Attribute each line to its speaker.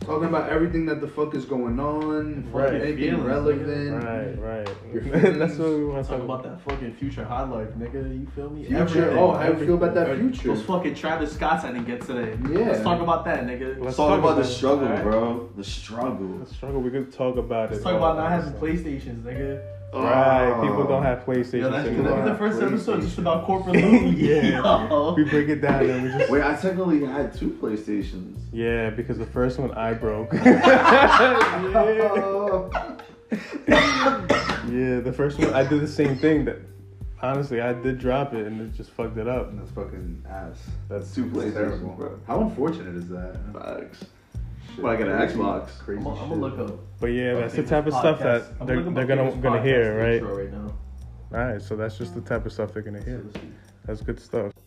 Speaker 1: talking about everything that the fuck is going on, fucking
Speaker 2: Right,
Speaker 1: anything
Speaker 3: feelings,
Speaker 1: relevant.
Speaker 2: Right, right.
Speaker 1: Your
Speaker 2: Mm-hmm. That's what we want to
Speaker 3: Talk
Speaker 2: talk
Speaker 3: about that fucking future high life, nigga. You feel me?
Speaker 1: Future.
Speaker 3: Everything.
Speaker 1: Oh, how you feel about that
Speaker 3: Everything.
Speaker 1: future?
Speaker 3: Those fucking Travis Scott's I didn't get today.
Speaker 1: Yeah.
Speaker 3: Let's talk about that, nigga.
Speaker 2: Let's
Speaker 3: Let's,
Speaker 2: talk
Speaker 4: Talk about the
Speaker 2: about it.
Speaker 4: struggle,
Speaker 3: Alright.
Speaker 4: bro. The struggle.
Speaker 2: The struggle. We could talk about it.
Speaker 3: talk
Speaker 2: all
Speaker 3: about not
Speaker 2: the
Speaker 3: having
Speaker 2: time.
Speaker 3: PlayStations, nigga.
Speaker 2: Right.
Speaker 4: Oh.
Speaker 2: People don't have PlayStation.
Speaker 3: Yo, that's
Speaker 4: people
Speaker 3: the,
Speaker 4: don't
Speaker 3: the
Speaker 4: have
Speaker 3: first episode
Speaker 4: PlayStation.
Speaker 3: just about corporate loot.
Speaker 2: Yeah.
Speaker 3: Yo.
Speaker 2: we break it down and we just.
Speaker 4: Wait, I technically had two PlayStations.
Speaker 2: Yeah, because the first one I broke.
Speaker 1: Oh,
Speaker 2: Yeah, the first one I did the same thing. That honestly, I did drop it and it just fucked it up.
Speaker 1: that's fucking ass.
Speaker 2: That's
Speaker 4: Two
Speaker 1: That's
Speaker 4: PlayStations, bro.
Speaker 1: How unfortunate is that?
Speaker 4: Facts.
Speaker 1: Shit,
Speaker 4: But I got an
Speaker 1: crazy-
Speaker 4: Xbox.
Speaker 1: Crazy
Speaker 3: I'm gonna
Speaker 1: shit.
Speaker 3: look up.
Speaker 2: But yeah,
Speaker 3: my
Speaker 2: that's the
Speaker 3: favorite
Speaker 2: type of stuff
Speaker 3: podcast.
Speaker 2: that
Speaker 3: I'm
Speaker 2: they're,
Speaker 3: looking
Speaker 2: they're
Speaker 3: at
Speaker 2: gonna
Speaker 3: my favorite
Speaker 2: gonna
Speaker 3: podcast
Speaker 2: hear, right?
Speaker 3: intro right now.
Speaker 2: All right, so that's just the type of stuff they're gonna
Speaker 3: So
Speaker 2: hear.
Speaker 3: let's see.
Speaker 2: That's good stuff.